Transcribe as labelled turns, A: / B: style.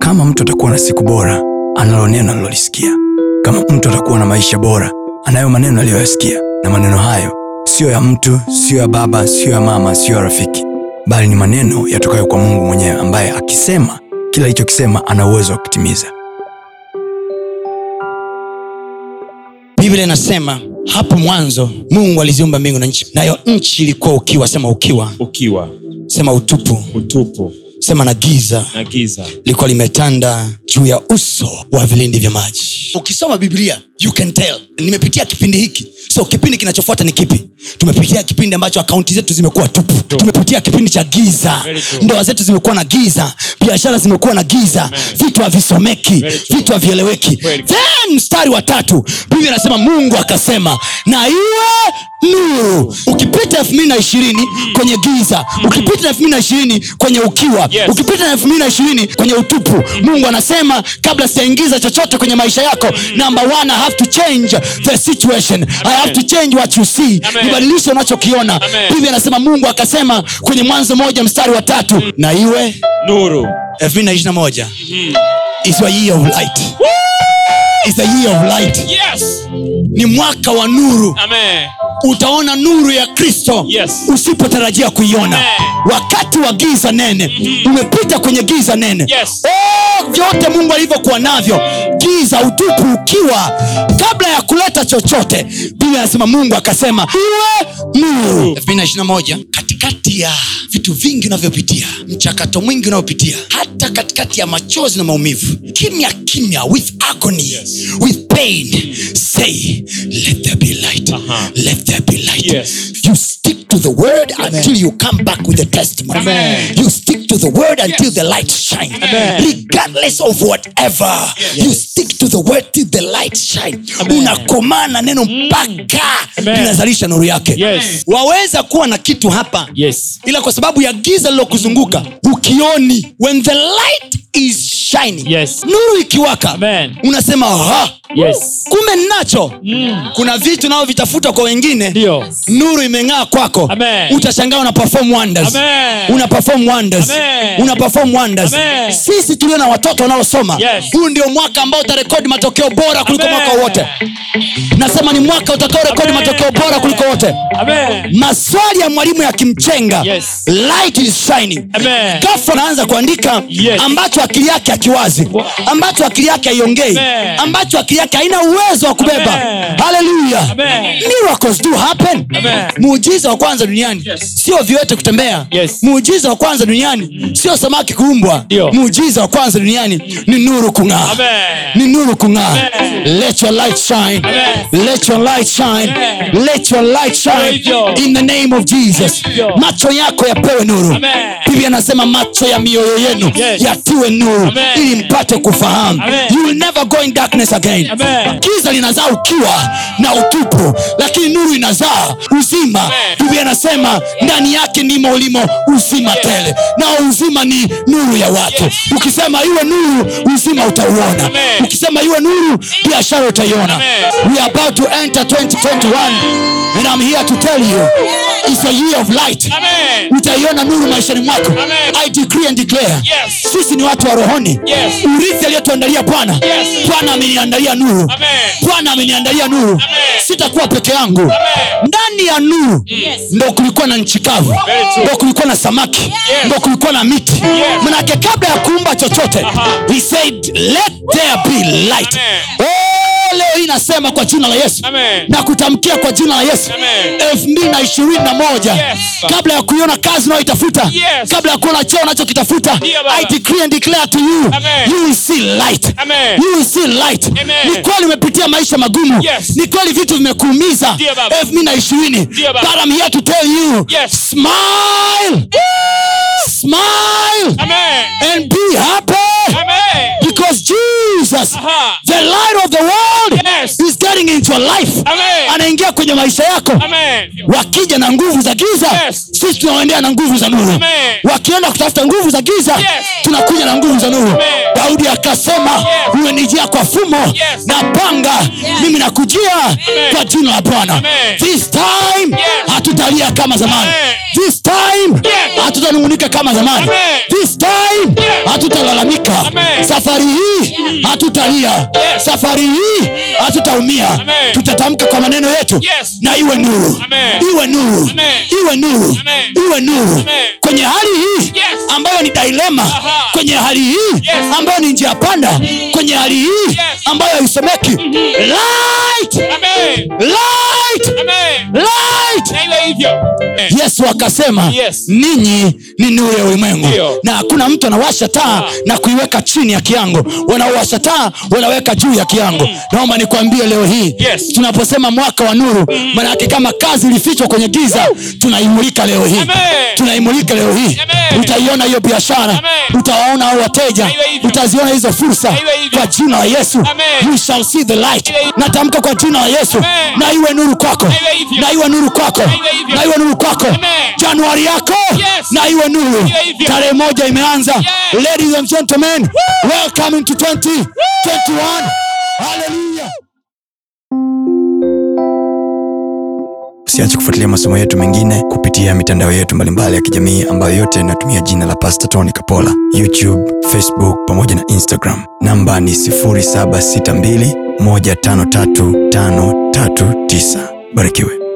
A: Kama mtu atakuwa na siku bora, analo neno alilolisikia. Kama mtu atakuwa na maisha bora, anayo maneno aliyoyasikia, na maneno hayo siyo ya mtu, siyo ya baba, siyo ya mama, siyo ya rafiki, bali ni maneno yatokayo kwa Mungu mwenyewe, ambaye akisema kila alichokisema ana uwezo wa kutimiza.
B: biblia inasema hapo mwanzo mungu aliziumba mbingu na nchi nayo nchi ilikuwa ukiwa sema ukiwa
C: ukiwa
B: sema utupu
C: utupu
B: sema na giza
C: na giza
B: likuwa limetanda juu ya uso wa vilindi vya maji ukisoma biblia you can tell nimepitia kipindi hiki so kipindi kinachofuata ni kipi tumepitia kipindi ambacho akaunti zetu zimekuwa tupu tumepitia kipindi cha giza
C: Very true.
B: ndoa zetu zimekuwa na giza biashara zimekuwa na giza vitu havisomeki
C: Very true.
B: vitu havieleweki
C: Kweli.
B: then mstari wa tatu biblia anasema mungu akasema na iwe nuru ukipita elfu mbili na ishirini kwenye giza ukipita elfu mbili na ishirini kwenye ukiwa
C: Yes.
B: ukipita na elfu mbili na ishirini kwenye utupu mungu anasema kabla sijaingiza chochote kwenye maisha yako number one, I have to change the situation I have to change what you see
C: Amen.
B: nibadilishe unachokiona
C: Amen.
B: biblia anasema mungu akasema kwenye mwanzo moja mstari wa tatu
C: Mm.
B: na iwe
C: nuru
B: 2021
C: Mm-hmm.
B: is a year of light is a year of light
C: yes
B: ni mwaka wa nuru
C: amen
B: utaona nuru ya kristo
C: Yes.
B: usipotarajia kuiona
C: Amen. Mm-hmm.
B: wakati wa giza nene umepita kwenye giza nene
C: Yes.
B: oh, vyote mungu alivyokuwa navyo giza utupu ukiwa kabla ya kuleta chochote biblia anasema mungu akasema iwe nuru 2021, katikati ya vitu vingi unavyopitia mchakato mwingi unaopitia hata katikati ya machozi na maumivu kimya kimya with agony with pain say let there be light
C: Aha.
B: let there be light
C: Yes.
B: you stick to the word until you come back with the testimony
C: Amen.
B: you stick to the word until the light shine
C: Amen.
B: regardless of whatever you stick to the word till the light shine unakomaa na neno mpaka
C: Amen.
B: linazalisha nuru yake
C: Yes.
B: waweza kuwa na kitu hapa
C: yes
B: ila kwa sababu ya giza lilokuzunguka ukioni when the light is shining
C: Yes.
B: nuru ikiwaka
C: Amen.
B: unasema ha
C: yes
B: kumbe ninacho mm. kuna vitu nao vitafuta kwa wengine
C: ndio
B: nuru imeng'aa kwako
C: Amen.
B: utashangaa una perform wonders
C: Amen.
B: una perform wonders
C: Amen.
B: una perform wonders
C: Amen.
B: sisi tulio na watoto wanaosoma
C: Yes.
B: huu ndio mwaka ambao utarekodi matokeo bora kuliko
C: Amen.
B: mwaka wote nasema ni mwaka utakaorekodi
C: Amen.
B: matokeo bora kuliko wote
C: amen
B: maswali ya mwalimu yakimchenga
C: Yes.
B: light is shining
C: Amen.
B: ghafla anaanza kuandika
C: Yes.
B: ambacho akili yake akiwazi ambacho akili yake aiongei
C: Amen.
B: ambacho akili yake haina uwezo wa kubeba
C: Amen.
B: haleluya
C: Amen.
B: miracles do happen
C: Amen.
B: muujiza wa kwanza duniani
C: Yes.
B: sio viwete kutembea
C: Yes.
B: muujiza wa kwanza duniani sio samaki kuumbwa
C: Ndio.
B: muujiza wa kwanza duniani ni nuru kung'aa
C: Amen.
B: ni nuru kung'aa
C: Amen.
B: let your light shine
C: Amen.
B: let your light shine
C: Amen.
B: let your light shine
C: Hivyo.
B: in the name of jesus
C: Hivyo.
B: macho yako yapewe nuru
C: Amen.
B: biblia anasema macho ya mioyo yenu
C: Yes.
B: yatiwe nuru
C: Amen.
B: ili mpate kufahamu
C: Amen.
B: you will never go in darkness again
C: Amen.
B: giza linazaa ukiwa na utupu lakini nuru inazaa uzima biblia anasema ndani yake nimo ulimo uzima tele nao uzima ni nuru ya watu ukisema iwe nuru uzima utauona
C: Amen.
B: ukisema iwe nuru biashara utaiona
C: Amen.
B: we are about to enter 2021 and i'm here to tell you it's a year of light
C: Amen.
B: utaiona nuru maishani mwako
C: Amen.
B: I decree and declare
C: Yes.
B: sisi ni watu wa rohoni
C: Yes.
B: urithi aliyotuandalia bwana
C: Yes.
B: bwana ameniandalia nuru
C: Amen.
B: bwana ameniandalia nuru sitakuwa peke yangu ndani ya nuru ndo kulikuwa na nchi kavu
C: Very true.
B: ndo kulikuwa na samaki ndo kulikuwa na miti manake kabla ya kuumba chochote he said let there be light
C: Amen.
B: Oh, leo hii nasema kwa jina la yesu
C: Amen.
B: na kutamkia kwa jina la yesu
C: Amen.
B: elfu mbili na ishirini na moja
C: Yes.
B: kabla ya kuiona kazi unayoitafuta
C: Yes.
B: kabla ya kuona cheo unachokitafuta
C: Ndiyo, Baba.
B: i decree and declare to you
C: Amen.
B: you will see light
C: Amen.
B: you will see light
C: Amen.
B: ni kweli umepitia maisha magumu
C: Yes.
B: ni kweli vitu vimekuumiza
C: Ndiyo, Baba.
B: elfu mbili na ishirini
C: Ndiyo, Baba.
B: but I'm here to tell you
C: Yes.
B: smile smile
C: Amen.
B: and be happy
C: Amen.
B: because jesus
C: Aha.
B: the light of the world
C: Yes.
B: is getting into your life
C: Amen.
B: anaingia kwenye maisha yako
C: Amen.
B: wakija na nguvu za giza
C: Yes.
B: sisi tunawaendea na nguvu za nuru
C: Amen.
B: wakienda kutafuta nguvu za giza
C: Yes.
B: tunakuja na nguvu za nuru daudi akasema uwe nijia kwa fumo
C: Yes.
B: na panga mimi nakujia kwa jina la bwana
C: Amen.
B: this time
C: Yes.
B: hatutalia kama zamani
C: Amen.
B: this time
C: Yes.
B: hatutanungunika kama zamani
C: Amen.
B: this time
C: Yes.
B: hatutalalamika
C: Amen.
B: safari hii hatutalia safari hii hatutaumia
C: Amen.
B: tutatamka kwa maneno yetu
C: Yes.
B: na iwe nuru
C: Amen.
B: iwe nuru
C: Amen.
B: iwe nuru
C: Amen.
B: iwe nuru
C: Amen.
B: kwenye hali hii
C: Yes.
B: ambayo ni dilema
C: Aha.
B: kwenye hali hii ambayo ni njia panda kwenye hali hii ambayo haisomeki light
C: Mm-hmm. Amen.
B: light
C: Amen.
B: light
C: Na iwe hivyo. Eh.
B: yesu akasema
C: Yes.
B: ninyi ni nuru ya ulimwengu
C: Ndio. Ah.
B: na hakuna mtu anawasha taa na kuiweka chini ya kiango wanaowasha taa wanaweka juu ya kiango naomba nikwambie leo hii
C: Mm. Yes. Mm.
B: tunaposema mwaka wa nuru maanake kama kazi ilifichwa kwenye giza tunaimulika leo hii
C: Amen.
B: tunaimulika leo hii
C: Amen.
B: utaiona hiyo biashara
C: Amen.
B: utawaona hao wateja
C: Na iwe hivyo.
B: utaziona hizo fursa
C: Na iwe hivyo.
B: kwa jina la yesu
C: Amen.
B: you shall see the light
C: Na iwe hivyo.
B: natamka kwa jina la yesu
C: Amen.
B: na iwe nuru kwako
C: iwe hivyo.
B: na iwe nuru kwako
C: iwe hivyo.
B: na iwe nuru kwako
C: Amen.
B: januari yako
C: Yes.
B: na iwe nuru
C: Iwe hivyo.
B: tarehe moja imeanza
C: Yes.
B: ladies and gentlemen welcome to 2021 hallelujah
A: usiache kufuatilia masomo yetu mengine kupitia mitandao yetu mbalimbali ya kijamii ambayo yote inatumia jina la pasta tony kapola youtube facebook pamoja na instagram namba ni 762153539 barikiwe